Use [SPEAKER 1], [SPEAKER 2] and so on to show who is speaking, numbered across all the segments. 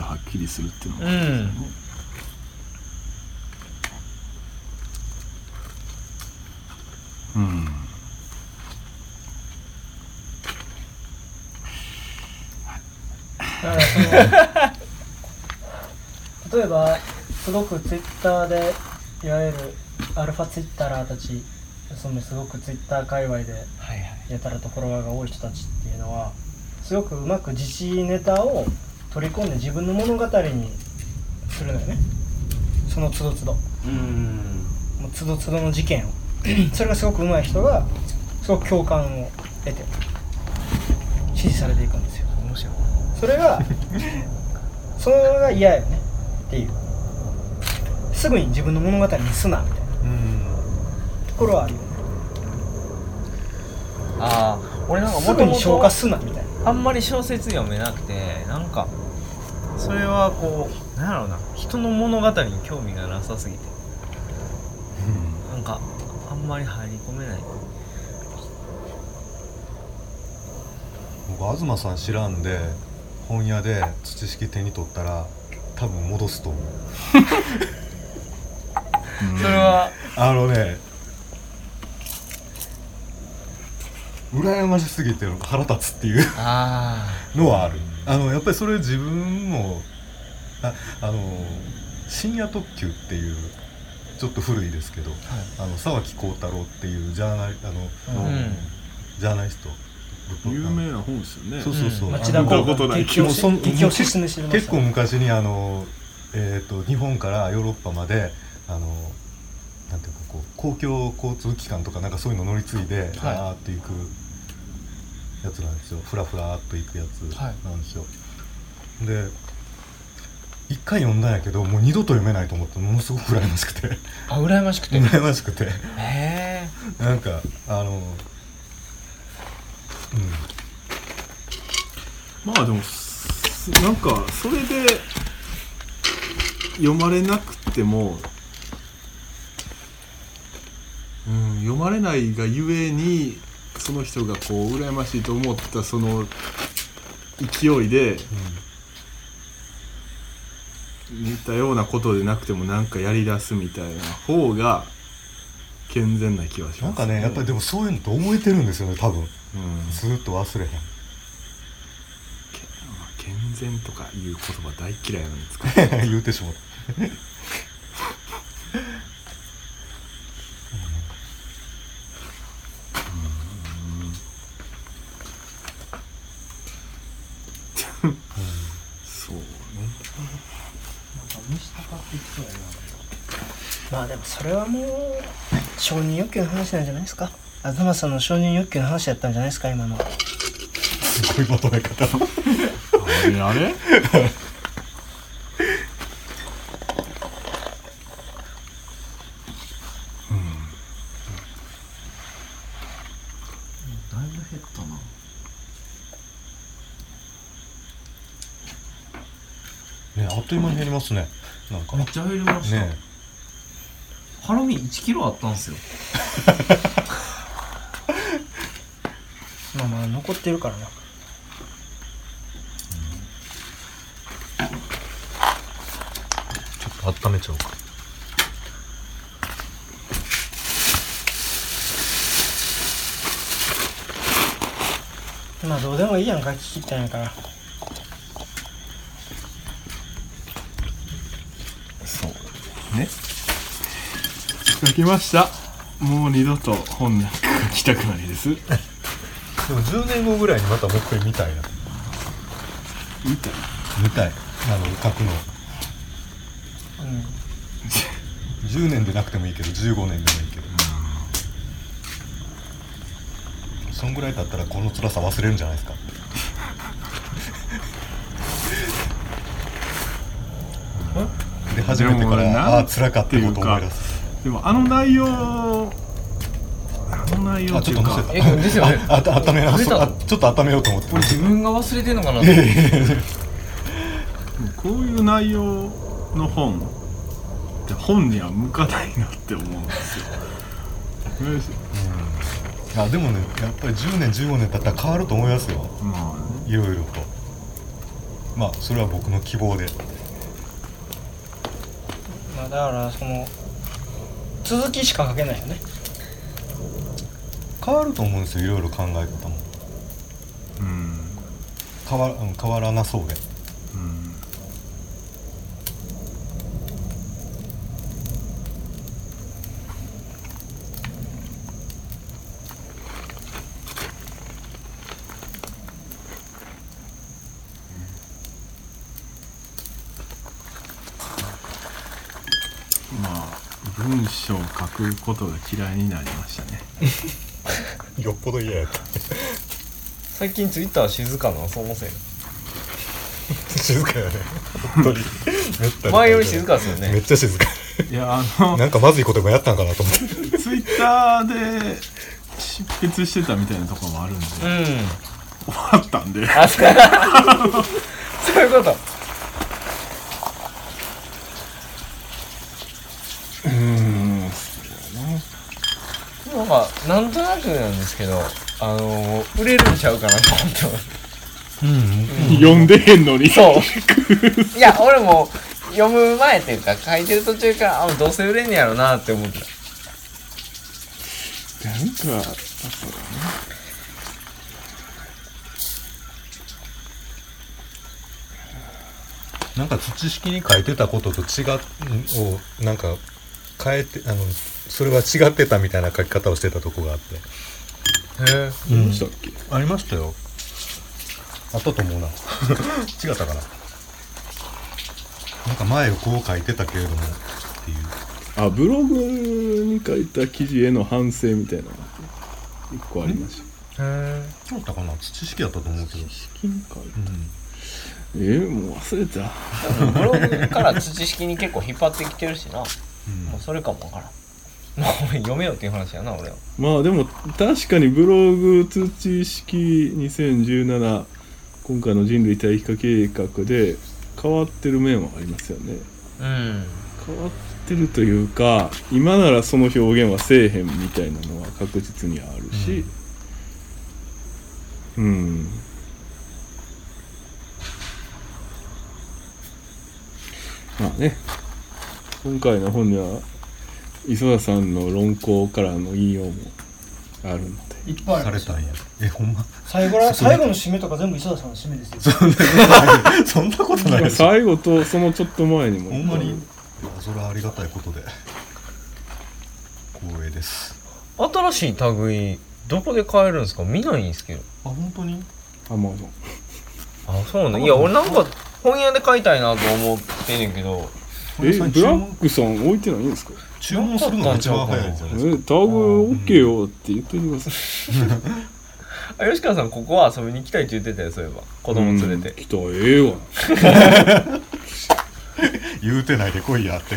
[SPEAKER 1] はっきりするっていうの
[SPEAKER 2] う
[SPEAKER 1] が
[SPEAKER 2] ん
[SPEAKER 1] うん
[SPEAKER 3] だからその例えばすごくツイッターでいわゆるアルファツイッターたちそのすごくツイッター界隈で
[SPEAKER 2] はいはい
[SPEAKER 3] やたらとフォロワーが多い人たちっていうのはすごくうまく自治ネタを取り込んで自分の物語にするのよねその都度都度も
[SPEAKER 2] うん
[SPEAKER 3] う都度都度の事件を それがすごく上手い人がすごく共感を得て支持されていくんですよ
[SPEAKER 2] 面白い
[SPEAKER 3] そ れがそれが嫌よねっていうすぐに自分の物語にすなみたいな
[SPEAKER 2] うん
[SPEAKER 3] ところはあるよね
[SPEAKER 2] ああ俺なんか
[SPEAKER 3] す
[SPEAKER 2] も
[SPEAKER 3] ぐ
[SPEAKER 2] と
[SPEAKER 3] に
[SPEAKER 2] も
[SPEAKER 3] 消
[SPEAKER 2] と
[SPEAKER 3] 化すなみたいな
[SPEAKER 2] あんまり小説読めなくてなんかそれはこうなんやろうな人の物語に興味がなさすぎてなんかあんまり入り込めない
[SPEAKER 4] 僕東さん知らんで本屋で土式手に取ったら多分戻すと思う
[SPEAKER 1] うん
[SPEAKER 2] それは
[SPEAKER 4] あのね羨ましすぎて腹立つっていう
[SPEAKER 2] あ
[SPEAKER 4] のはあるあのやっぱりそれ自分もああの深夜特急っていうちょっと古いですけど、あの沢木耕太郎っていうジャーナリあの、
[SPEAKER 2] うん
[SPEAKER 4] ジャーナリスト
[SPEAKER 1] 有名な本ですよね
[SPEAKER 4] そうそうそう、
[SPEAKER 2] うん
[SPEAKER 4] あの
[SPEAKER 3] 町田
[SPEAKER 1] 公
[SPEAKER 3] 高
[SPEAKER 1] 見たこと
[SPEAKER 3] 校
[SPEAKER 1] ない
[SPEAKER 3] 激推
[SPEAKER 4] もうそん
[SPEAKER 3] し激推し進めしてました
[SPEAKER 4] 結構昔にあの、えー、と日本からヨーロッパまであのなんていうかこう公共交通機関とかなんかそういうの乗り継いで、あーっと行くやつなんですよふらふらっと行くやつなんですよ。で一回読んだんやけどもう二度と読めないと思ってものすごく羨ましく て
[SPEAKER 2] あ羨ましくてへ
[SPEAKER 4] 羨ましくて
[SPEAKER 2] え
[SPEAKER 4] なんかあのうん
[SPEAKER 1] まあでもすなんかそれで読まれなくても、うん、読まれないがゆえにその人がこう羨ましいと思ったその勢いで似たようなことでなくてもなんかやりだすみたいな方が健全な気はし
[SPEAKER 4] な
[SPEAKER 1] ます
[SPEAKER 4] んかねやっぱりでもそういうのと思えてるんですよね多分
[SPEAKER 1] うん
[SPEAKER 4] ずーっと忘れへん
[SPEAKER 1] けまあ健全とかいう言葉大嫌いなんですか
[SPEAKER 4] 言うてしまった
[SPEAKER 1] そうね
[SPEAKER 3] まあでもそれはもう承認欲求の話なんじゃないですか東さんの承認欲求の話やったんじゃないですか今のは
[SPEAKER 4] すごいまとめ方
[SPEAKER 1] あれあれ
[SPEAKER 2] だいぶ減ったな
[SPEAKER 4] ねあっという間に減りますねなんか
[SPEAKER 2] め
[SPEAKER 4] ね
[SPEAKER 2] っちゃ減りました、ハラミ1キロあったんすよ
[SPEAKER 3] まあまあ残ってるからな
[SPEAKER 4] ちょっと温めちゃおうか
[SPEAKER 3] まあどうでもいいやんか聞きたいんやから
[SPEAKER 1] そうね書きましたもう二度と本なんか書きたくないですみ
[SPEAKER 4] でも10年後ぐらいにまたもう一回見たいな
[SPEAKER 1] たい
[SPEAKER 4] 見たいあの書くの
[SPEAKER 3] うん
[SPEAKER 4] 10年でなくてもいいけど15年でもいいけどそんぐらいだったらこの辛さ忘れるんじゃないです かで初めてか
[SPEAKER 1] でもな
[SPEAKER 4] らああ辛かったことを思い
[SPEAKER 1] っていう
[SPEAKER 4] 出
[SPEAKER 1] か
[SPEAKER 4] す
[SPEAKER 1] でもあの内容あの内容
[SPEAKER 4] あ
[SPEAKER 1] って
[SPEAKER 4] ち
[SPEAKER 1] い
[SPEAKER 4] ょ
[SPEAKER 1] う
[SPEAKER 4] っと
[SPEAKER 1] か
[SPEAKER 4] 載せ
[SPEAKER 2] えですよね
[SPEAKER 4] たああ温め直
[SPEAKER 2] 出
[SPEAKER 4] そう
[SPEAKER 2] た
[SPEAKER 4] あちょっと温めようと思 って
[SPEAKER 2] これ自分が忘れてんのかなと
[SPEAKER 1] こういう内容の本って本には向かないなって思うんです よよし
[SPEAKER 4] あでもねやっぱり10年15年経ったら変わると思いますよ
[SPEAKER 1] まあね
[SPEAKER 4] いろいろとまあそれは僕の希望で
[SPEAKER 3] まあだからその続きしか書けないよね
[SPEAKER 4] 変わると思うんですよいろいろ考え方も
[SPEAKER 1] うん
[SPEAKER 4] 変わうん変わらなそうで
[SPEAKER 1] うんまあ文章を書くことが嫌いになりましたね
[SPEAKER 4] よっぽど嫌やった
[SPEAKER 2] 最近ツイッター静かなそのせい
[SPEAKER 4] 静かやね本当にめったに
[SPEAKER 2] 前より静かですよね
[SPEAKER 4] っちゃ静か
[SPEAKER 1] いやあの
[SPEAKER 4] んかまずいこともやったんかなと思って
[SPEAKER 1] ツイッターで執筆してたみたいなところもあるんで
[SPEAKER 2] うん
[SPEAKER 1] 終わったんで
[SPEAKER 2] あそう そういうこと
[SPEAKER 1] うん
[SPEAKER 2] なんかなんとなくなんですけどあの売れるんちゃうかなと思ってます
[SPEAKER 1] 読んでへんのに
[SPEAKER 2] そういや俺も読む前っていうか書いてる途中からあどうせ売れんねやろなって思ってた
[SPEAKER 1] なんかそうだね
[SPEAKER 4] なんか土式に書いてたことと違うをなんか変えてあのそれは違ってたみたいな書き方をしてたとこがあって
[SPEAKER 2] へえ
[SPEAKER 1] どうしたっけ
[SPEAKER 4] ありましたよあったと思うな違ったかななんか前をこう書いてたけれどもっていう
[SPEAKER 1] あブログに書いた記事への反省みたいなのが一個ありました
[SPEAKER 2] へ
[SPEAKER 4] そうだったかな土式やったと思うけど、
[SPEAKER 1] 資金か
[SPEAKER 4] うん、
[SPEAKER 1] えー、もう忘れた
[SPEAKER 2] えブログから土式に結構引っ張ってきてるしな、もうそれかもわからんもう読めよっていう話やな俺は
[SPEAKER 1] まあでも確かにブログ土式2017今回の人類対比化計画で変わってる面はありますよね
[SPEAKER 2] うん
[SPEAKER 1] 変わってるというか今ならその表現はせえへんみたいなのは確実にあるしうん、まあね今回の本には磯田さんの論考からの引用もあるので
[SPEAKER 3] いっぱいあ
[SPEAKER 4] さ
[SPEAKER 3] る
[SPEAKER 4] れたんやえほんま
[SPEAKER 3] 最後ら最後の締めとか全部磯田さんの締めですよ
[SPEAKER 4] そんなことない
[SPEAKER 1] まあ
[SPEAKER 4] でしょ
[SPEAKER 1] 最後とそのちょっと前にも
[SPEAKER 4] ほんまにいやそれはありがたいことで光栄です
[SPEAKER 2] 新しい類どこで買えるんですか見ないんですけど
[SPEAKER 4] あ本当に
[SPEAKER 1] アマゾン
[SPEAKER 2] あそうねいや俺なんか本屋で買いたいなと思ってんねんけど
[SPEAKER 1] えブラックさん置いてないんですか
[SPEAKER 4] 注文するのが一番早いんじゃない
[SPEAKER 1] え
[SPEAKER 4] ですか
[SPEAKER 1] タグ OK よって言っといてください
[SPEAKER 2] あ吉川さんここは遊びに行きたいって言ってたよそういえば子供連れ
[SPEAKER 1] うん
[SPEAKER 2] て
[SPEAKER 1] 来たらええわ
[SPEAKER 4] 言うてないで来いやって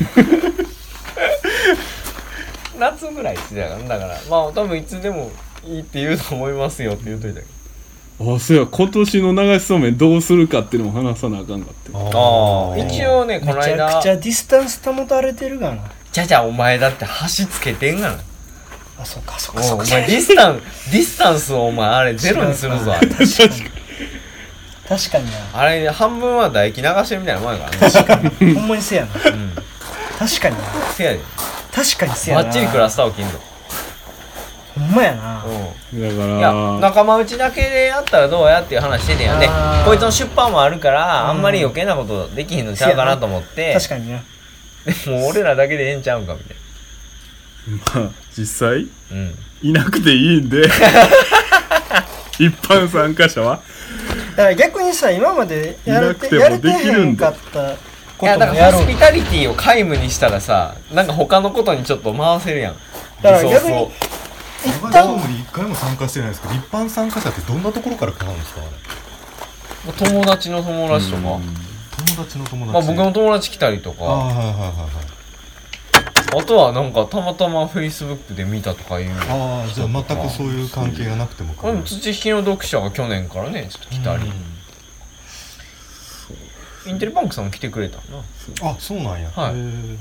[SPEAKER 2] 夏ぐらいってだからだからまあ多分いつでもいいって言うと思いますよって言っといたけど
[SPEAKER 1] あそうや今年の流しそうめんどうするかっていうのも話さなあかんかって
[SPEAKER 2] ああ
[SPEAKER 4] ー
[SPEAKER 2] 一応ねこ
[SPEAKER 3] め
[SPEAKER 2] の
[SPEAKER 3] ちゃ
[SPEAKER 2] 間
[SPEAKER 3] くちゃディスタンス保たれてるがな
[SPEAKER 2] じゃじゃお前だって箸つけてんがな
[SPEAKER 3] あそっかそっ
[SPEAKER 2] お
[SPEAKER 3] かそっ
[SPEAKER 2] うお
[SPEAKER 3] か
[SPEAKER 2] 前ディスタンディスタンスをお前あ れゼロにするぞあれ
[SPEAKER 3] 確かに
[SPEAKER 2] あれ半分は唾液流してるみたいなもんやからね
[SPEAKER 3] なほんまにせやな
[SPEAKER 2] うん
[SPEAKER 3] 確かにな
[SPEAKER 2] せやで
[SPEAKER 3] 確かにせや
[SPEAKER 2] バ
[SPEAKER 3] な
[SPEAKER 2] ッチリクラスターを切んぞ
[SPEAKER 3] ほんまやな
[SPEAKER 2] うん
[SPEAKER 1] だか
[SPEAKER 2] いや
[SPEAKER 1] ら
[SPEAKER 2] 仲間内だけでやったらどうやっていう話してんねやね
[SPEAKER 3] あー
[SPEAKER 2] こいつの出版もあるからあ
[SPEAKER 3] うん
[SPEAKER 2] んまり余計なことできひんのちゃうかなと思って
[SPEAKER 3] 確かにな
[SPEAKER 2] でも俺らだけでええんちゃうんかみたい
[SPEAKER 1] まあ実際
[SPEAKER 2] なうん
[SPEAKER 1] いなくていいんで一般参加者は
[SPEAKER 3] だから逆にさ今までやれて
[SPEAKER 1] いな
[SPEAKER 3] や
[SPEAKER 1] く
[SPEAKER 3] れ
[SPEAKER 1] て
[SPEAKER 3] て
[SPEAKER 1] もできる
[SPEAKER 3] へ
[SPEAKER 1] ん
[SPEAKER 3] んか
[SPEAKER 1] だ
[SPEAKER 3] った
[SPEAKER 2] い
[SPEAKER 3] こ
[SPEAKER 2] や
[SPEAKER 3] と
[SPEAKER 2] だ
[SPEAKER 3] も
[SPEAKER 2] から
[SPEAKER 3] や
[SPEAKER 2] ホ
[SPEAKER 3] ろう
[SPEAKER 2] スピタリティを皆無にしたらさなんか他のことにちょっと回せるやん
[SPEAKER 3] だから
[SPEAKER 2] リソースを
[SPEAKER 4] 一
[SPEAKER 3] 旦
[SPEAKER 4] 般に一回も参加してないですけど一般参加者ってどんなところから買うんですかあれ
[SPEAKER 2] 友達の友達とか、
[SPEAKER 4] 友達の友達
[SPEAKER 2] まあ、僕の友達来たりと
[SPEAKER 4] ああ
[SPEAKER 2] かあ
[SPEAKER 4] はいはいはいはい
[SPEAKER 2] とはなんかたまたまフェイスブックで見たとかいう
[SPEAKER 4] ああじゃあ全くそういう関係がなくても
[SPEAKER 2] これも土引きの読者が去年からねちょっと来たり、インテリパンクさんも来てくれたな
[SPEAKER 4] あそうなんや
[SPEAKER 2] はい
[SPEAKER 4] へー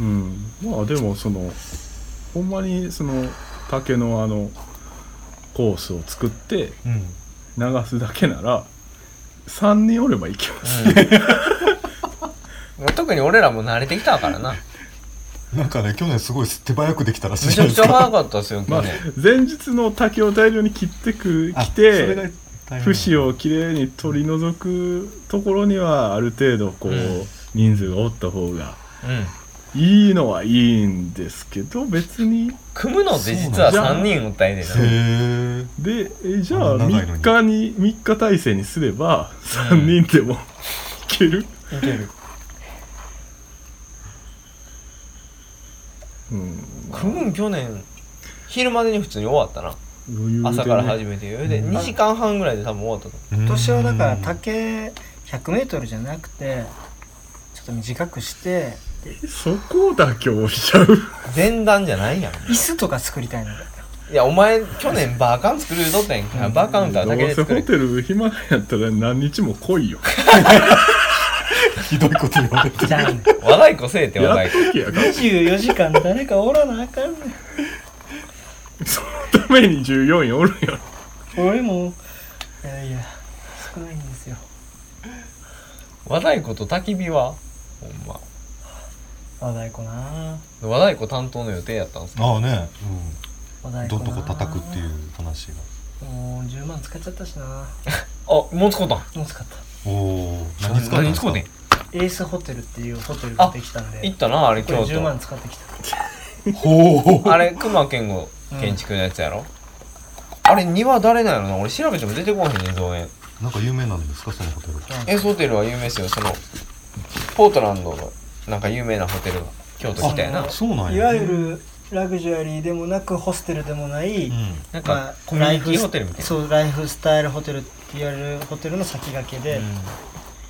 [SPEAKER 1] うんまあでもそのほんまにその竹のあのコースを作って
[SPEAKER 4] うん
[SPEAKER 1] 流すだけなら3人おればいけます、
[SPEAKER 2] うん 特に俺らも慣れてきたからな
[SPEAKER 4] なんかね去年すごい手早くできたらしい
[SPEAKER 2] めち
[SPEAKER 4] じゃ
[SPEAKER 2] ゃ
[SPEAKER 4] な
[SPEAKER 2] く
[SPEAKER 4] い
[SPEAKER 2] ち
[SPEAKER 4] で
[SPEAKER 2] ゃ
[SPEAKER 4] すか
[SPEAKER 2] 早かったですよ
[SPEAKER 1] ま
[SPEAKER 2] 去
[SPEAKER 1] あ
[SPEAKER 2] 年、
[SPEAKER 1] 前日の竹を大量に切ってく
[SPEAKER 4] あ
[SPEAKER 1] き
[SPEAKER 4] それが
[SPEAKER 1] て
[SPEAKER 4] 大変
[SPEAKER 1] 節をきれいに取り除くところにはある程度こう、
[SPEAKER 2] うん
[SPEAKER 1] 人数がおった方が
[SPEAKER 2] うん
[SPEAKER 1] いいのはいいんですけど別に
[SPEAKER 2] 組むのって実は
[SPEAKER 1] そうなん
[SPEAKER 2] 3人おったらええねんな
[SPEAKER 4] へえ
[SPEAKER 1] でえじゃあ
[SPEAKER 4] あ長いの
[SPEAKER 1] 3
[SPEAKER 4] に
[SPEAKER 1] 日に3日体制にすれば3人でも いける、
[SPEAKER 3] いける
[SPEAKER 1] うん、
[SPEAKER 2] 組むん去年昼までに普通に終わったな
[SPEAKER 1] 余裕でね
[SPEAKER 2] 朝から始めてそれで
[SPEAKER 1] うん
[SPEAKER 2] 2時間半ぐらいで多分終わったと思
[SPEAKER 4] 今
[SPEAKER 3] 今年はだから竹 100m じゃなくてちょっと短くして
[SPEAKER 1] そこだけ押しちゃう
[SPEAKER 2] う前段じゃないやん
[SPEAKER 3] 椅子とか作りたいので
[SPEAKER 2] いやお前去年バーカン作るとったやんかバーカウンター
[SPEAKER 1] ど
[SPEAKER 2] だ
[SPEAKER 1] う
[SPEAKER 2] けで
[SPEAKER 1] せ
[SPEAKER 2] 作
[SPEAKER 1] ホ
[SPEAKER 2] る
[SPEAKER 1] テル暇なんやったら何日も来いよ
[SPEAKER 4] ひどいこと言われ
[SPEAKER 3] じ
[SPEAKER 4] てる
[SPEAKER 3] ゃあね
[SPEAKER 2] 和太鼓せえって和
[SPEAKER 1] や
[SPEAKER 2] 太
[SPEAKER 1] っ
[SPEAKER 2] 鼓
[SPEAKER 1] とけやから
[SPEAKER 3] 24時間誰かおらなあかんねん
[SPEAKER 1] そのために14位おるやろ
[SPEAKER 3] 俺もいやいや少ないんですよ
[SPEAKER 2] 和太鼓と焚き火はほんま
[SPEAKER 3] 和太鼓な
[SPEAKER 2] 和太鼓担当の予定やったんですけど
[SPEAKER 4] ああね、
[SPEAKER 3] 和
[SPEAKER 4] う
[SPEAKER 3] 太
[SPEAKER 4] ん、
[SPEAKER 3] 鼓
[SPEAKER 4] ど
[SPEAKER 3] な
[SPEAKER 4] んどこ叩くっていう話が
[SPEAKER 3] もう10万使っちゃったしな
[SPEAKER 2] あもう使うたん
[SPEAKER 3] もう使った
[SPEAKER 4] おお何使ったんですか
[SPEAKER 2] 何使うてん
[SPEAKER 3] エースホテルっていうホテルができたん
[SPEAKER 2] 行
[SPEAKER 3] で
[SPEAKER 2] ったなあれ
[SPEAKER 3] これ
[SPEAKER 2] 京
[SPEAKER 3] 10万
[SPEAKER 2] 都
[SPEAKER 3] 使ってきた
[SPEAKER 4] ほう
[SPEAKER 2] あれ熊健吾建築のやつやろあれ庭誰なんやろな俺調べても出てこへんねん造園
[SPEAKER 4] なんか有名なんですかそのホテル
[SPEAKER 2] エースホテルは有名ですよそのポートランドのなんか有名なホテルが京都来たやな
[SPEAKER 3] あ
[SPEAKER 4] そうなん
[SPEAKER 3] いわ
[SPEAKER 4] や
[SPEAKER 3] ゆるラグジュアリーでもなくホステルでもない、
[SPEAKER 4] うん
[SPEAKER 2] なん
[SPEAKER 3] ま
[SPEAKER 2] か
[SPEAKER 3] あ、
[SPEAKER 2] コミュニティホテルみたいな
[SPEAKER 3] そうライフスタイルホテルって言われるホテルの先駆けで、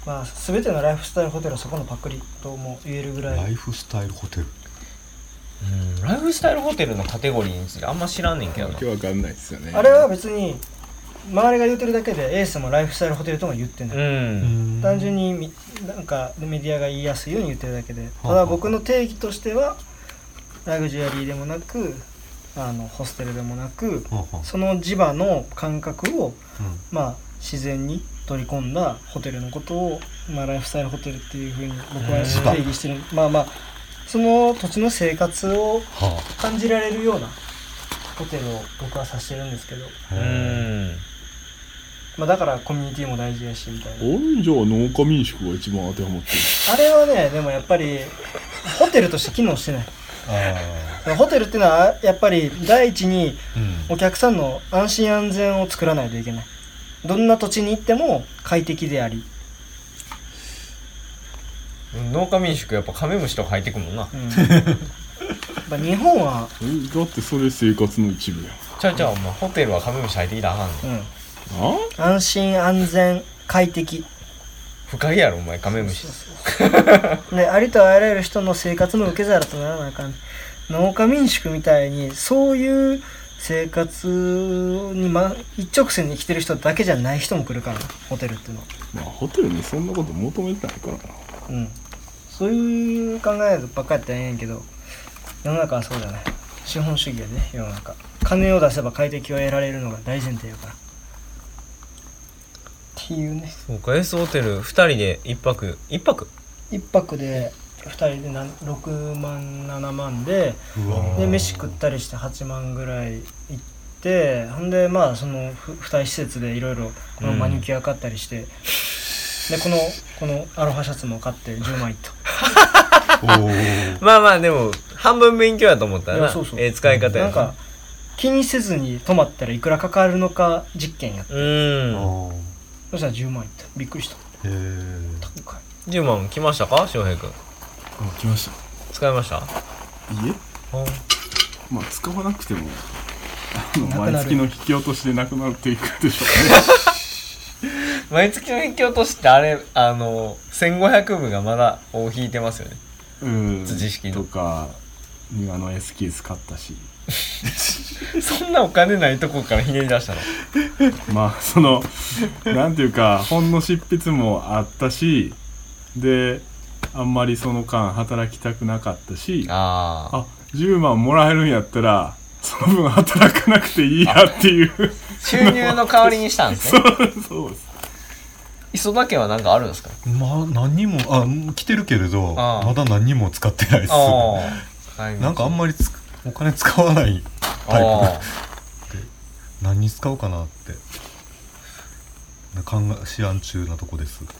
[SPEAKER 3] まあ、全てのライフスタイルホテルはそこのパクリとも言えるぐら
[SPEAKER 4] ラ
[SPEAKER 3] い
[SPEAKER 4] イフスタイルホテル
[SPEAKER 2] うんうんライフスタイルホテルのカテゴリーについてあんま知らんねんけど
[SPEAKER 1] 今
[SPEAKER 2] な
[SPEAKER 1] 日わかんないですよね
[SPEAKER 3] あれは別に周りが言ってるだけでエースもライフスタイルホテルとも言ってない、
[SPEAKER 2] うん
[SPEAKER 3] 単純にみなんかメディアが言いやすいように言ってるだけで
[SPEAKER 4] あ
[SPEAKER 3] ただ僕の定義としてはラグジュアリーでもなくあのホステルでもなく
[SPEAKER 4] はあは
[SPEAKER 3] その磁場の感覚を
[SPEAKER 4] あうん
[SPEAKER 3] まあ、自然に取り込んだホテルのことを、まあ、ライフスタイルホテルっていうふうに僕は
[SPEAKER 2] うん
[SPEAKER 3] 定義してる、まあまあその土地の生活を
[SPEAKER 4] は
[SPEAKER 3] 感じられるようなホテルを僕は指してるんですけど、
[SPEAKER 4] あ
[SPEAKER 2] うん
[SPEAKER 3] まあ、だからコミュニティも大事やしみたいな
[SPEAKER 1] 俺じゃあ農家民宿が一番当てはまって
[SPEAKER 3] あれはねでもやっぱりホテルとして機能してない
[SPEAKER 4] あ
[SPEAKER 3] ホテルっていうのはやっぱり第一に
[SPEAKER 4] ーうん
[SPEAKER 3] お客さんの安心安全を作らないといけないどんな土地に行っても快適であり、
[SPEAKER 2] 農家民宿やっぱカメムシとか入ってくもんな
[SPEAKER 3] うんまあ日本は
[SPEAKER 1] るえだってそれ生活の一部やん
[SPEAKER 2] ちゃうちゃうお前ホテルはカメムシ入ってきたらあかんねん
[SPEAKER 3] うん
[SPEAKER 1] あ
[SPEAKER 3] 安心安全快適
[SPEAKER 2] 不可やろお前カメムシ
[SPEAKER 3] ね ありとあらゆる人の生活の受け皿とならなあかん農家民宿みたいにそういう生活に、ま、一直線に生きてる人だけじゃない人も来るからなホテルっていうのは
[SPEAKER 1] まあホテルにそんなこと求めてないからな
[SPEAKER 3] うんそういう考えばっかりやったらええんやけど世の中はそうじゃない資本主義やね世の中金を出せば快適を得られるのが大前提やからっていうね
[SPEAKER 2] そうか S ホテル2人で1泊1泊
[SPEAKER 3] 一泊で2人でなん6万7万で
[SPEAKER 4] うわ
[SPEAKER 3] で飯食ったりして8万ぐらい行ってほんでまあそのふ付帯施設でいろいろこのマニキュア買ったりして、でこのこのアロハシャツも買って10万いった
[SPEAKER 4] おー
[SPEAKER 2] まあまあでも半分勉強やと思ったら
[SPEAKER 3] い
[SPEAKER 2] な
[SPEAKER 3] やそうそう
[SPEAKER 2] ええ使い方や
[SPEAKER 3] なんか気にせずに泊まったらいくらかかるのか実験やった
[SPEAKER 2] うん
[SPEAKER 4] あ
[SPEAKER 3] そしたら10万いったびっくりした
[SPEAKER 4] ーへ
[SPEAKER 3] 高い
[SPEAKER 2] 10万来ましたか翔平君
[SPEAKER 1] あ来ました
[SPEAKER 2] 使いました
[SPEAKER 1] いえ
[SPEAKER 2] うん
[SPEAKER 1] まあ使わなくてもあの
[SPEAKER 3] なくなる
[SPEAKER 1] 毎月の引き落としでなくなるっていうことでしょ
[SPEAKER 2] 毎月の影響としてあれあの1500部がまだを引いてますよね
[SPEAKER 1] う ねうん
[SPEAKER 2] 辻式の
[SPEAKER 1] とか庭のエスキース買ったし
[SPEAKER 2] そんなお金ないとこからひねり出したの
[SPEAKER 1] まあ そのなんていうか本の執筆もあったしであんまりその間働きたくなかったし
[SPEAKER 2] ああ
[SPEAKER 1] あ10万もらえるんやったらその分働かな くていいやっていう
[SPEAKER 2] 収入の代わりにしたんです
[SPEAKER 1] そ
[SPEAKER 2] ね
[SPEAKER 1] うそうです
[SPEAKER 2] 磯田家は何かあるんですか
[SPEAKER 4] まあ何にもあ来てるけれど
[SPEAKER 2] ああ
[SPEAKER 4] まだ何にも使ってないです
[SPEAKER 2] ああ
[SPEAKER 4] なんかあんまりつお金使わないタイプなんで
[SPEAKER 2] あ
[SPEAKER 4] 何に使おうかなってな考え試案中なとこです
[SPEAKER 2] あで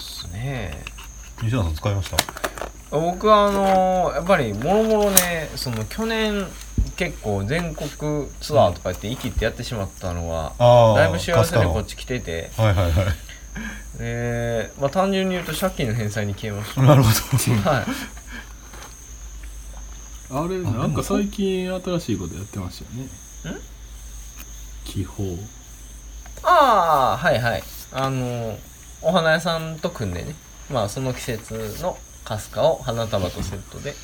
[SPEAKER 2] すね
[SPEAKER 4] 西田さん使いました
[SPEAKER 2] 僕はあのーやっぱりもろもろねその去年結構全国ツアーとかやって息ってやってしまったのは
[SPEAKER 4] ああ
[SPEAKER 2] だいぶ幸せで
[SPEAKER 4] の
[SPEAKER 2] こっち来てて
[SPEAKER 4] はいはいは
[SPEAKER 2] で、まあ、単純に言うと借金の返済に消えました
[SPEAKER 4] いなるほ
[SPEAKER 2] はい
[SPEAKER 1] あれなんか最近新しいことやってましたよね
[SPEAKER 2] ん
[SPEAKER 1] 気泡
[SPEAKER 2] ああはいはいあのお花屋さんと組んでねまあその季節のカスカを花束とセットで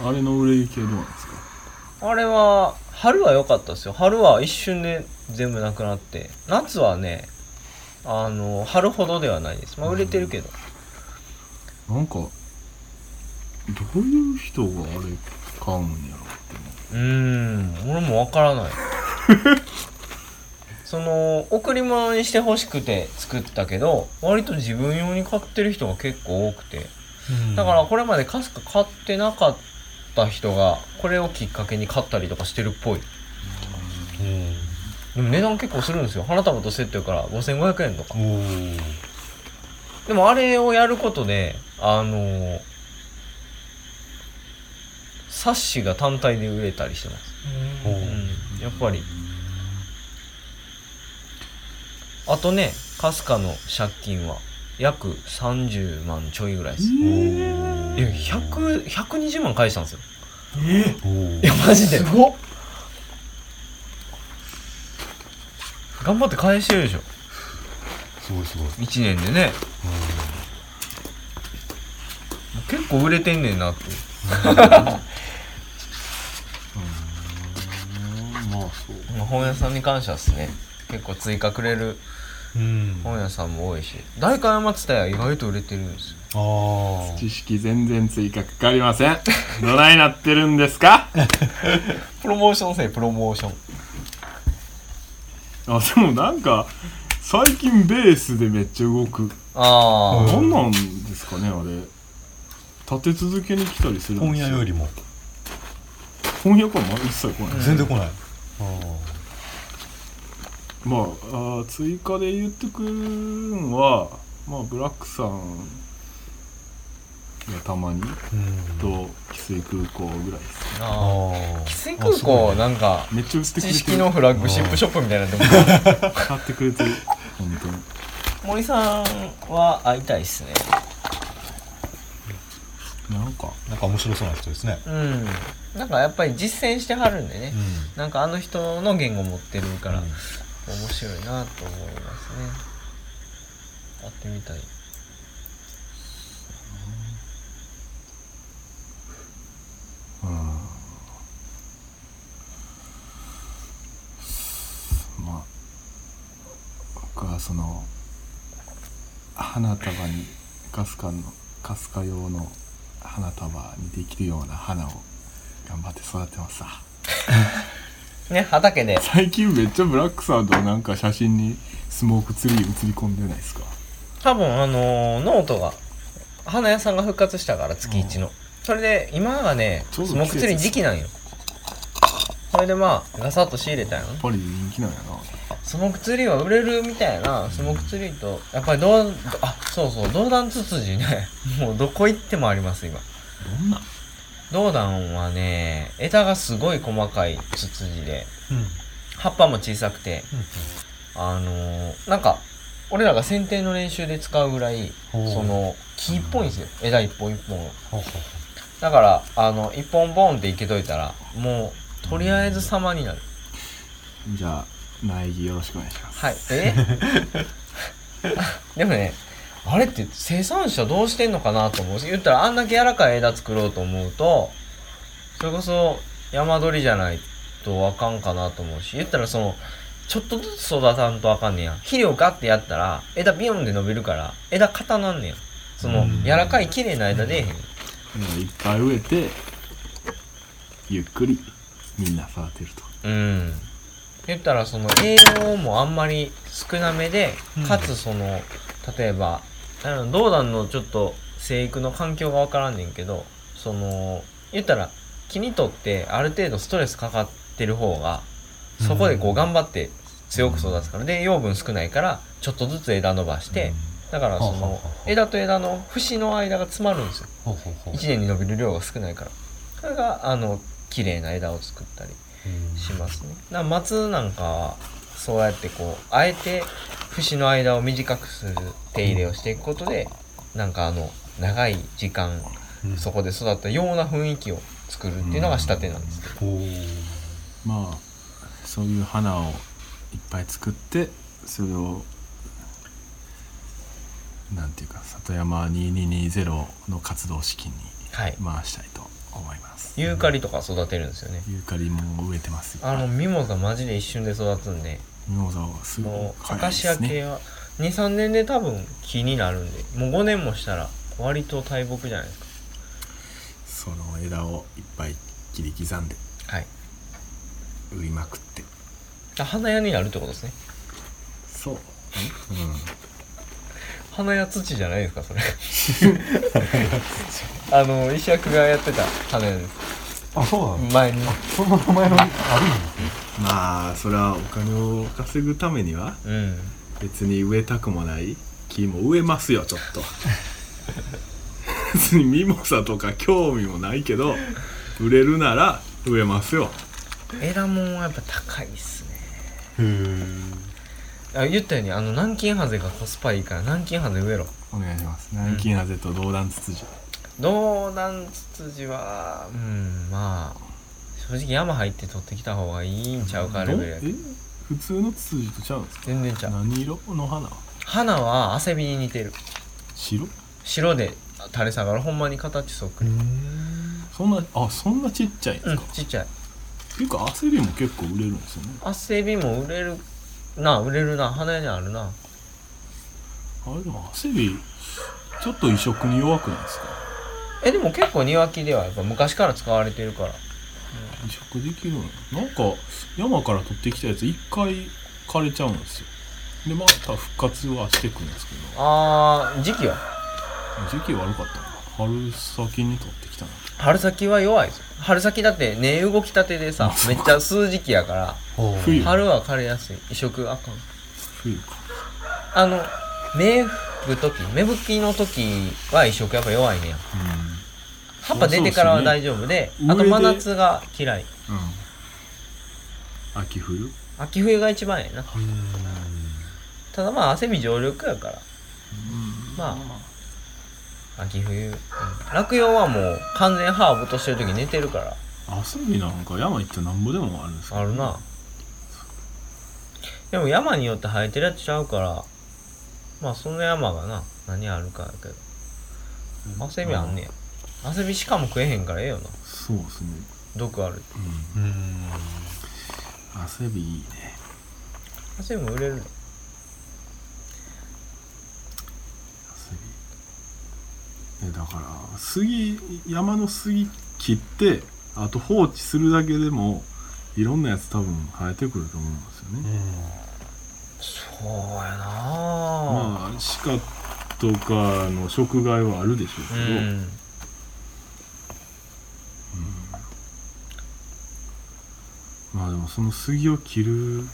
[SPEAKER 1] あれの売れ行きはどうなんですか
[SPEAKER 2] あれは春は良かったですよ春は一瞬で全部なくなって夏はねあの春ほどではないですまあ売れてるけど
[SPEAKER 1] なんかどういう人があれ買うんやろって思う
[SPEAKER 2] うーん俺もわからない その贈り物にして欲しくて作ったけど割と自分用に買ってる人が結構多くて
[SPEAKER 4] ど
[SPEAKER 2] だからこれまでカスカ買ってなかった人がこれをきっかけに買ったりとかしてるっぽい
[SPEAKER 4] うん
[SPEAKER 2] でも値段結構するんですよ花束とセットやから5500円とか
[SPEAKER 4] おー
[SPEAKER 2] でもあれをやることであのー、冊子が単体で売れたりしてます
[SPEAKER 4] お
[SPEAKER 3] うん
[SPEAKER 4] ー
[SPEAKER 2] うんやっぱりあとねカスカの借金は約30万ちょいぐらいです
[SPEAKER 4] お
[SPEAKER 2] いや100 120万返したんですよ
[SPEAKER 3] え
[SPEAKER 2] いやマジです
[SPEAKER 3] ごっ
[SPEAKER 2] 頑張って返してるでしょ
[SPEAKER 4] すごいすごい
[SPEAKER 2] 1年でね結構売れてんねんなって
[SPEAKER 1] ーんまあそう
[SPEAKER 2] まあ本屋さんに感謝っすね結構追加くれる
[SPEAKER 4] うん
[SPEAKER 2] 本屋さんも多いし代官山蔦屋意外と売れてるんですよ
[SPEAKER 4] ああ
[SPEAKER 1] 知識全然追加かかりませんどないなってるんです か
[SPEAKER 2] プロモーションせいプロモーション
[SPEAKER 1] あでもなんか最近ベースでめっちゃ動く
[SPEAKER 2] あ
[SPEAKER 4] う
[SPEAKER 1] 何なんですかねあれ立て続けに来たりするん
[SPEAKER 4] 本
[SPEAKER 1] です
[SPEAKER 4] 屋
[SPEAKER 1] よ
[SPEAKER 4] よりも
[SPEAKER 1] 翻訳はま一切来ない、
[SPEAKER 4] 全然来ないあ
[SPEAKER 1] まああー追加で言ってくるんはまあブラックさんがたまに
[SPEAKER 4] ーうん
[SPEAKER 1] と翡翠空港ぐらいですね
[SPEAKER 2] あああ
[SPEAKER 4] あ
[SPEAKER 2] 翡翠
[SPEAKER 4] ー
[SPEAKER 2] 空港なんか
[SPEAKER 1] めっちゃ売ってくれ
[SPEAKER 2] 知
[SPEAKER 1] て
[SPEAKER 2] 識
[SPEAKER 1] る
[SPEAKER 2] のフラッグシップショップみたいに なってます
[SPEAKER 1] 買ってくれてる本当に
[SPEAKER 2] 森さんは会いたいっすね
[SPEAKER 1] なんか
[SPEAKER 4] なんか面白そうな人ですね
[SPEAKER 2] うんなんかやっぱり実践してはるんでね
[SPEAKER 4] う、ん
[SPEAKER 2] なんかあの人の言語持ってるから、
[SPEAKER 4] うん
[SPEAKER 2] 面白いなと思いますね会ってみたい
[SPEAKER 1] うんまあ僕はその花束にかすかのかすか用の花束にできるような花を頑張って育てますわ
[SPEAKER 2] ね畑で
[SPEAKER 1] 最近めっちゃブラックさんとなんか写真にスモークツリー写り込んでないですか
[SPEAKER 2] 多分あのーノートが花屋さんが復活したから月一の、それで今がね
[SPEAKER 1] ちょうど
[SPEAKER 2] スモークツリー
[SPEAKER 1] 季節です
[SPEAKER 2] 時期なんよそれでまあガサッと仕入れたんよね
[SPEAKER 1] やっぱり人気なんやな
[SPEAKER 2] スモークツリーは売れるみたいなスモークツリーとやっぱりどうあそうそう銅弾ツツジね もうどこ行ってもあります今
[SPEAKER 1] どんな
[SPEAKER 2] 銅弾はね枝がすごい細かいツツジで
[SPEAKER 4] うん
[SPEAKER 2] 葉っぱも小さくてあのー、なんか俺らが剪定の練習で使うぐらい
[SPEAKER 4] ほう
[SPEAKER 2] その木一本ですよ枝一本一本を
[SPEAKER 4] ほうほうほ
[SPEAKER 2] だからあの一本ボンっていけといたらもうとりあえず様になる
[SPEAKER 1] じゃあ苗木よろしくお願いします
[SPEAKER 2] はいえでもねあれって生産者どうしてんのかなと思う言ったらあんだけ柔らかい枝作ろうと思うとそれこそ山鳥じゃないとあかんかなと思うし言ったらそのちょっとずつ育たんとあかんねや肥料ガッてやったら枝ビヨンで伸びるから枝固なんねやその
[SPEAKER 4] うん
[SPEAKER 2] 柔らかい綺麗な枝でへん
[SPEAKER 1] だからいっぱい植えてゆっくりみんな育てると
[SPEAKER 2] うん言ったらその栄養もあんまり少なめで、
[SPEAKER 4] うん
[SPEAKER 2] かつその例えばあの道団のちょっと生育の環境が分からんねんけどその言ったら木にとってある程度ストレスかかってる方がそこでこ
[SPEAKER 4] う
[SPEAKER 2] うん頑張って強く育つからで養分少ないからちょっとずつ枝伸ばしてだからそ
[SPEAKER 4] はあは
[SPEAKER 2] の
[SPEAKER 4] あはあ
[SPEAKER 2] 枝と枝の節の間が詰まるんですよ
[SPEAKER 4] ほうほうほう
[SPEAKER 2] 1年に伸びる量が少ないからそれがあの綺麗な枝を作ったり
[SPEAKER 4] うん
[SPEAKER 2] しますねだから松なんかはそうやってこうあえて節の間を短くする手入れをしていくことでなんかあの長い時間
[SPEAKER 4] うん
[SPEAKER 2] そこで育ったような雰囲気を作るっていうのが仕立てなんですけど
[SPEAKER 4] ほう
[SPEAKER 1] まあそういう花をいっぱい作ってそれをなんていうか里山2220の活動資金に
[SPEAKER 2] はい
[SPEAKER 1] 回したいと思います
[SPEAKER 2] ユーカリとか育てるんですよね
[SPEAKER 1] ユーカリも植えてますよ
[SPEAKER 2] あのミモザマジで一瞬で育つんで
[SPEAKER 1] ミモザはすごい
[SPEAKER 2] もうア
[SPEAKER 1] 早い
[SPEAKER 2] カ
[SPEAKER 1] で
[SPEAKER 2] シア
[SPEAKER 1] す
[SPEAKER 2] 系
[SPEAKER 1] ね
[SPEAKER 2] は23年で多分木になるんでもう5年もしたら割と大木じゃないですか
[SPEAKER 1] その枝をいっぱい切り刻んで
[SPEAKER 2] はい
[SPEAKER 1] 売りまくって
[SPEAKER 2] 花屋になるってことですね
[SPEAKER 1] そう、
[SPEAKER 2] 花屋土じゃないですかそれ あの石役がやってた花屋です
[SPEAKER 4] あそうなの
[SPEAKER 2] 前に
[SPEAKER 4] そんな名前のあるんですね
[SPEAKER 1] うん、まあそれはお金を稼ぐためには
[SPEAKER 2] うん
[SPEAKER 1] 別に植えたくもない木も植えますよちょっ と別にミモザとか興味もないけど売れるなら植えますよ
[SPEAKER 2] 枝もんはやっぱ高いっすね
[SPEAKER 4] へー
[SPEAKER 2] あ言ったようにあの南京ハゼがコスパいいから南京ハゼ植えろ
[SPEAKER 1] お願いします南京ハゼと同段ツツジ
[SPEAKER 2] 道南ツツジはうんまあ正直山入って取ってきた方がいいんちゃうかレベルやけ
[SPEAKER 1] ど
[SPEAKER 2] ど
[SPEAKER 1] え普通のツツジとちゃうんですか
[SPEAKER 2] 全然ちゃう
[SPEAKER 1] 何色の花
[SPEAKER 2] 花は汗びに似てる
[SPEAKER 1] 白
[SPEAKER 2] 白で垂れ下がるほんまに形そっく
[SPEAKER 4] う
[SPEAKER 2] り
[SPEAKER 4] ん
[SPEAKER 1] そんなあそんなちっちゃいんで
[SPEAKER 2] う
[SPEAKER 1] す
[SPEAKER 2] ん
[SPEAKER 1] か、
[SPEAKER 2] ちっちゃい
[SPEAKER 1] っていうかアセビも結構売れるんですよね
[SPEAKER 2] 汗びも売れるな売れるな花屋にあるな
[SPEAKER 1] あれでもアセビちょっと移植に弱くないですか
[SPEAKER 2] えでも結構庭木ではやっぱ昔から使われてるから
[SPEAKER 1] 移植できるのなんか山から取ってきたやつ一回枯れちゃうんですよでまた復活はしてくんですけど
[SPEAKER 2] あー時期は
[SPEAKER 1] 時期悪かったな春先に取ってきたな
[SPEAKER 2] 春先は弱いですよ春先だって根動きたてで さめっちゃ数時期やから
[SPEAKER 4] ほう
[SPEAKER 1] 冬
[SPEAKER 2] 春は枯れやすい移植あかん
[SPEAKER 1] 冬か
[SPEAKER 2] あの芽吹く時芽吹きの時は移植やっぱ弱いねや葉っぱ出てからは大丈夫で
[SPEAKER 1] そうっすね
[SPEAKER 2] あ
[SPEAKER 1] 上
[SPEAKER 2] と
[SPEAKER 1] で
[SPEAKER 2] 真夏が嫌い
[SPEAKER 1] うん、うん、秋冬
[SPEAKER 2] 秋冬が一番やなただまあ汗び常緑やからまあ秋冬うん落葉はもう完全ハーブとしてる時寝てるから
[SPEAKER 1] アセビなんか山行ってなんぼでもあるんですけど
[SPEAKER 2] あるなでも山によって生えてるやつちゃうからまあその山がな何あるかやけどマセビあんねやマセビしかも食えへんからええよな
[SPEAKER 1] そうですね
[SPEAKER 2] 毒ある
[SPEAKER 1] う
[SPEAKER 4] うん
[SPEAKER 1] んアセビいいね
[SPEAKER 2] マセビも売れるの
[SPEAKER 1] 杉えだから杉山の杉切ってあと放置するだけでもいろんなやつ多分生えてくると思うんですよ
[SPEAKER 4] う
[SPEAKER 1] ね、
[SPEAKER 4] ん
[SPEAKER 2] そうやなあ
[SPEAKER 1] まあ鹿とかの食害はあるでしょうけ
[SPEAKER 2] う
[SPEAKER 1] ど、
[SPEAKER 2] ん
[SPEAKER 1] まあでもその杉を切る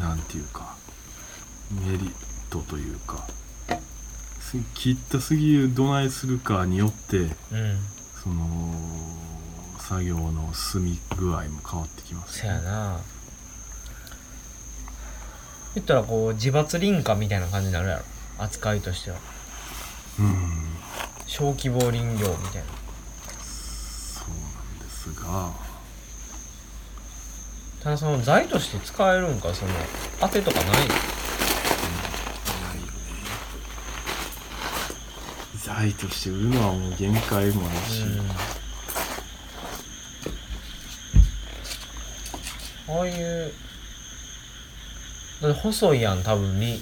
[SPEAKER 1] なんていうかメリットというか杉切った杉をどないするかによって
[SPEAKER 2] うん
[SPEAKER 1] その作業の進み具合も変わってきます
[SPEAKER 2] そやな言ったらこう自伐林家みたいな感じになるやろ扱いとしては
[SPEAKER 1] うん
[SPEAKER 2] 小規模林業みたいな
[SPEAKER 1] そうなんですが
[SPEAKER 2] ただその材として使えるんかその当てとかない
[SPEAKER 1] 財として売るのはもう限界もあるし、
[SPEAKER 2] うんああいうだって細いやん多分み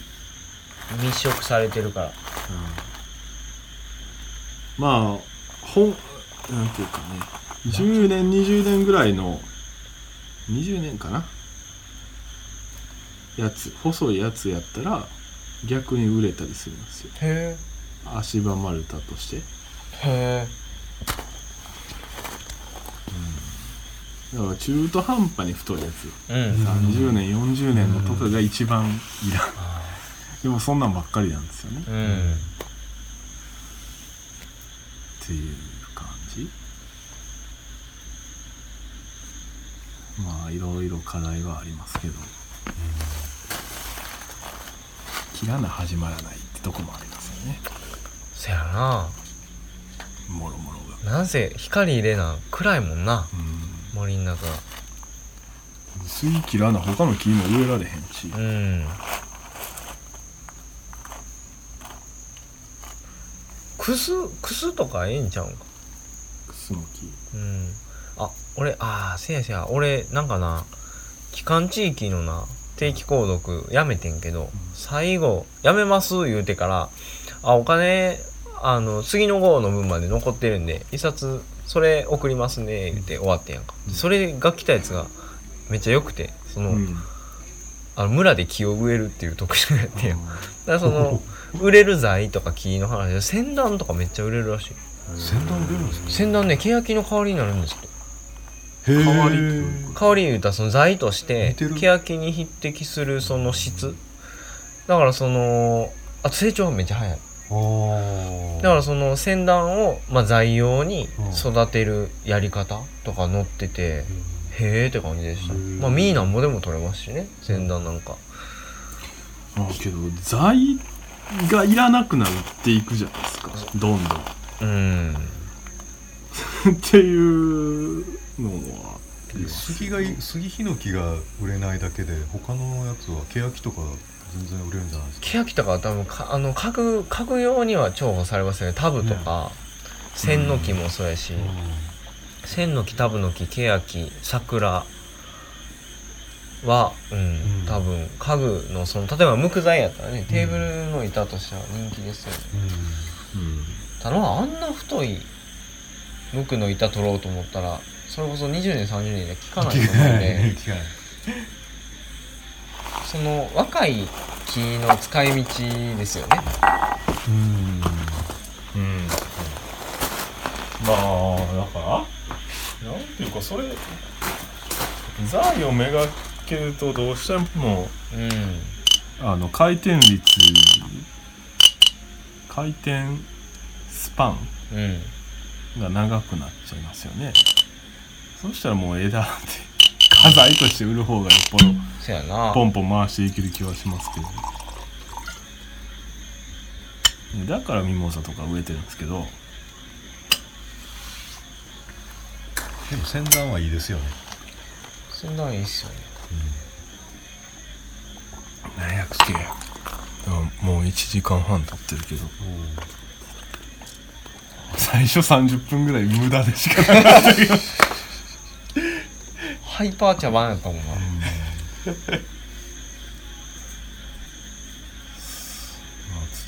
[SPEAKER 2] 密植されてるから
[SPEAKER 1] うんまあ本なんていうかね10年20年ぐらいの20年かなやつ細いやつやったら逆に売れたりするんですよ
[SPEAKER 2] へ
[SPEAKER 1] 足場丸太として
[SPEAKER 2] えへ
[SPEAKER 1] だから中途半端に太いやつ
[SPEAKER 2] えうん
[SPEAKER 1] 30年40年のとかが一番いらん、でもそんなんばっかりなんですよね、
[SPEAKER 2] う
[SPEAKER 1] っ
[SPEAKER 2] ん
[SPEAKER 1] ていう感じまあいろいろ課題はありますけど、切らな始まらないってとこもありますよね
[SPEAKER 2] せやな
[SPEAKER 1] もろもろが
[SPEAKER 2] なんせ光入れな暗いもんな
[SPEAKER 1] う
[SPEAKER 2] 森の中
[SPEAKER 1] ん杉切らな他の木も植えられへんし、
[SPEAKER 2] うんクスクスとかええんちゃうんか
[SPEAKER 1] クスノキ
[SPEAKER 2] うんあ俺ああせやせや俺なんかな帰還地域のな定期購読やめてんけど最後やめます言うてからあお金あの次の号の分まで残ってるんで一冊それ送りますね言うて終わってんやんか
[SPEAKER 1] うん
[SPEAKER 2] それが来たやつがめっちゃ良くてその,、
[SPEAKER 1] うん
[SPEAKER 2] あの村で木を植えるっていう特集やってんやん
[SPEAKER 1] うん
[SPEAKER 2] だからそ の売れる材とか木の話で先端とかめっちゃ売れるらしい
[SPEAKER 4] 先端出るんですか
[SPEAKER 2] 先端ね欅の代わりになるんですって
[SPEAKER 4] へえ
[SPEAKER 1] 代わりっていうこと
[SPEAKER 2] 香り言うたらその材として
[SPEAKER 4] 似てる
[SPEAKER 2] 欅に匹敵するその質だからそのあと成長めっちゃ早い
[SPEAKER 4] ああ
[SPEAKER 2] だからその先端を、まあ、材用に
[SPEAKER 4] うん
[SPEAKER 2] 育てるやり方とか載っててへえって感じでした
[SPEAKER 4] うん
[SPEAKER 2] まあミーなんぼでも取れますしね先端なんか
[SPEAKER 1] まあけど財がいらなくなっていくじゃないですかどんどん
[SPEAKER 2] うん
[SPEAKER 1] っていうのはあります
[SPEAKER 4] 杉がい杉ヒノキが売れないだけで他のやつは欅とか全然売れるんじゃないですか
[SPEAKER 2] 欅とかは多分かあの家具家具用には重宝されますよねタブとか、千の木もそうやし、千の木タブの木ケヤキ桜は、うん
[SPEAKER 4] うん
[SPEAKER 2] 多分家具のその例えば木材やったらねテーブルの板としては人気ですよね、
[SPEAKER 4] うん
[SPEAKER 1] うん
[SPEAKER 2] ただあんな太い無垢の板取ろうと思ったらそれこそ20年30年で効かないと思うんで
[SPEAKER 4] 聞かない
[SPEAKER 2] その若い木の使い道ですよね
[SPEAKER 4] うん
[SPEAKER 1] うんまあだからなんていうかそれ財をめがけるとどうしても
[SPEAKER 2] うん
[SPEAKER 1] あの回転率回転スパン
[SPEAKER 2] うん
[SPEAKER 1] が長くなっちゃいますよねそしたらもう枝で家財として売る方がよっぽど
[SPEAKER 2] そやな
[SPEAKER 1] ポンポン回していける気はしますけどねだからミモザとか植えてるんですけど
[SPEAKER 4] でも先端はいいですよね
[SPEAKER 2] そんなんいいっすよね
[SPEAKER 1] 何やっけもう1時間半経ってるけど最初30分ぐらい無駄でしか なかったけど
[SPEAKER 2] ハイパー茶番やったもんな
[SPEAKER 1] まあ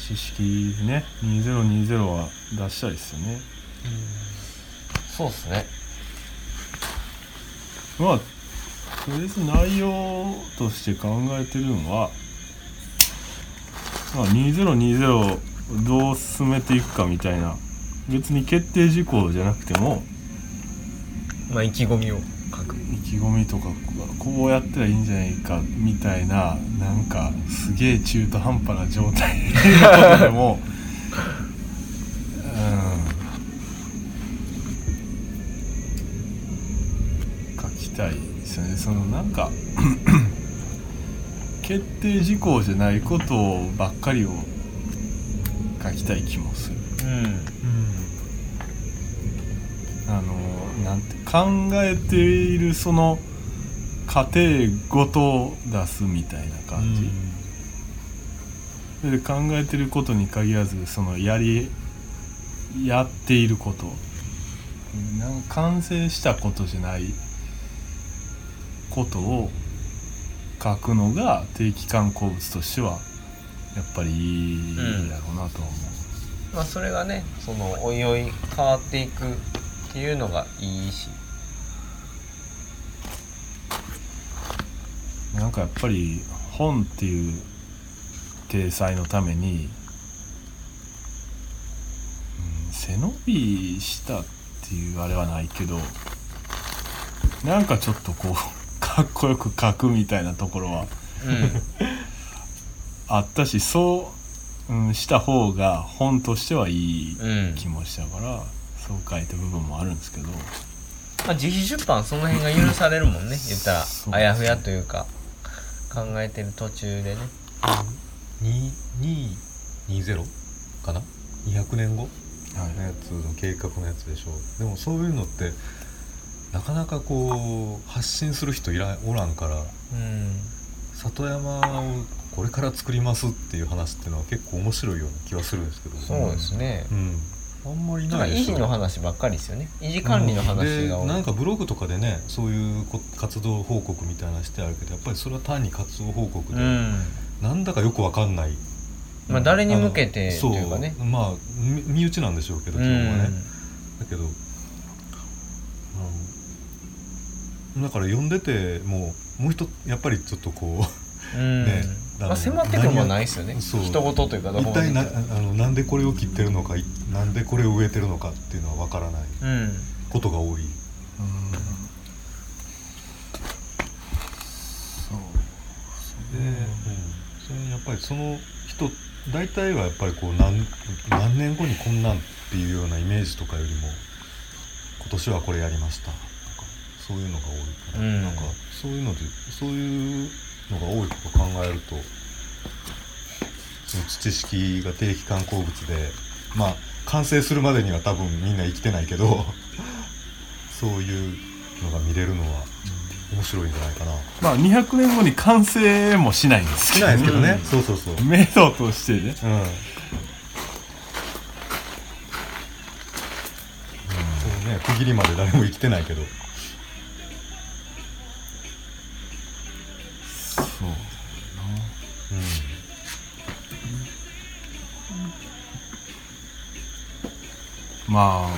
[SPEAKER 1] 土式ね2020は出したいですよね
[SPEAKER 2] そうっすね
[SPEAKER 1] まあとりあえず内容として考えてるのは、まあ、2020をどう進めていくかみたいな別に決定事項じゃなくても
[SPEAKER 2] まあ意気込みを書く
[SPEAKER 1] 意気込みとかこうやったらいいんじゃないかみたいななんかすげえ中途半端な状態のことでもうん書きたいですよねそのなんか 決定事項じゃないことばっかりを書きたい気もする。
[SPEAKER 2] うん
[SPEAKER 1] あのなんて考えているその過程ごとを出すみたいな感じ、で考えてることに限らずそのやりやっていることなん完成したことじゃないことを書くのが定期刊行物としてはやっぱりいいやろうなとは思
[SPEAKER 2] まあそれがねそのおいおい変わっていくっていうのがいいし
[SPEAKER 1] なんかやっぱり本っていう体裁のために、うん、背伸びしたっていうあれはないけどなんかちょっとこう かっこよく書くみたいなところは
[SPEAKER 2] うん
[SPEAKER 1] あったしそう、うん、した方が本としてはいい
[SPEAKER 2] うん
[SPEAKER 1] 気もしたから、そう書いた部分もあるんですけど
[SPEAKER 2] まあ、自費出版その辺が許されるもんね言ったら
[SPEAKER 1] そう
[SPEAKER 2] あやふやというか考えてる途中でね
[SPEAKER 4] 2220かな200年後
[SPEAKER 1] はい
[SPEAKER 4] のやつの計画のやつでしょでもそういうのってなかなかこう発信する人いらおらんから
[SPEAKER 2] うん
[SPEAKER 4] 里山をこれから作りますっていう話っていうのは結構面白いような気はするんですけど
[SPEAKER 2] そうですね、
[SPEAKER 4] うん、あんまり
[SPEAKER 2] だか
[SPEAKER 4] な
[SPEAKER 2] ら
[SPEAKER 4] い
[SPEAKER 2] 維
[SPEAKER 4] でしょ
[SPEAKER 2] 持の話ばっかりですよね維持管理の話が
[SPEAKER 4] で
[SPEAKER 2] 多い、
[SPEAKER 4] なんかブログとかでねそういうこ活動報告みたいなのしてあるけどやっぱりそれは単に活動報告
[SPEAKER 2] う
[SPEAKER 4] で、
[SPEAKER 2] ん
[SPEAKER 4] なんだかよくわかんない
[SPEAKER 2] まあ誰に向けて
[SPEAKER 4] あ
[SPEAKER 2] と
[SPEAKER 4] の
[SPEAKER 2] いうかね
[SPEAKER 4] そうまあみ身内なんでしょうけど
[SPEAKER 2] う
[SPEAKER 4] 基本はね、
[SPEAKER 2] ん
[SPEAKER 4] だけどあのだから読んでてもうもう一つやっぱりちょっとこ
[SPEAKER 2] うん
[SPEAKER 4] ねあの
[SPEAKER 2] まあ、迫ってくるもんないですよね
[SPEAKER 4] うそう
[SPEAKER 2] 人事というかどこ
[SPEAKER 4] 一
[SPEAKER 2] まで
[SPEAKER 4] 体なあのなんでこれを切ってるのかいなんでこれを植えてるのかっていうのはわからない
[SPEAKER 2] うん
[SPEAKER 4] ことが多
[SPEAKER 1] うん
[SPEAKER 4] い。
[SPEAKER 1] そう
[SPEAKER 4] で、それやっぱりその人大体はやっぱりこう何何年後にこんなんっていうようなイメージとかよりも今年はこれやりましたとかそういうのが多いから、
[SPEAKER 2] うん
[SPEAKER 4] なんかそういうのでそういうのが多いこと考えるとその知識が定期刊行物でまあ完成するまでには多分みんな生きてないけど そういうのが見れるのは面白いんじゃないかな。
[SPEAKER 1] まあ200年後に完成もしないんです
[SPEAKER 4] 少
[SPEAKER 1] け
[SPEAKER 4] な
[SPEAKER 1] ど
[SPEAKER 4] いですけどね、
[SPEAKER 2] うん
[SPEAKER 4] そうそうそう。
[SPEAKER 1] 目処としてね
[SPEAKER 4] うん。そうね、区切りまで誰も生きてないけど。
[SPEAKER 1] そう
[SPEAKER 4] う
[SPEAKER 1] まあ